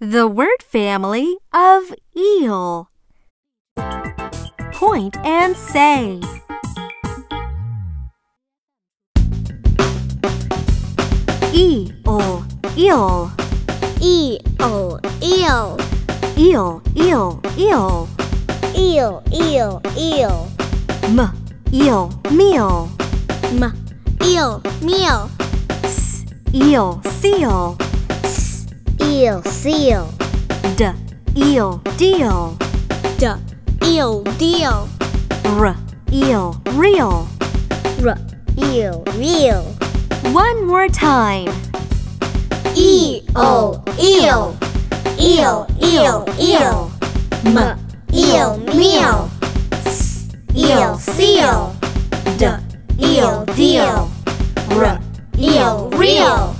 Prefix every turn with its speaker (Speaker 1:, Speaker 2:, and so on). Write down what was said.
Speaker 1: The word family of eel. Point and say. Eel, eel,
Speaker 2: Eel, eel,
Speaker 1: eel, eel, eel.
Speaker 2: eel, eel, eel.
Speaker 1: M, eel, meal.
Speaker 2: M, eel, meal.
Speaker 1: S, eel, seal.
Speaker 2: S, eel, seal.
Speaker 1: D, eel, deal.
Speaker 2: D, eel, deal.
Speaker 1: R, eel, real.
Speaker 2: R, eel, real.
Speaker 1: One more time.
Speaker 2: Eel, eel, eel, eel, eel. M, eel, meal. S, eel, seal.
Speaker 1: D,
Speaker 2: Eel, deal.
Speaker 1: R,
Speaker 2: Eel, real.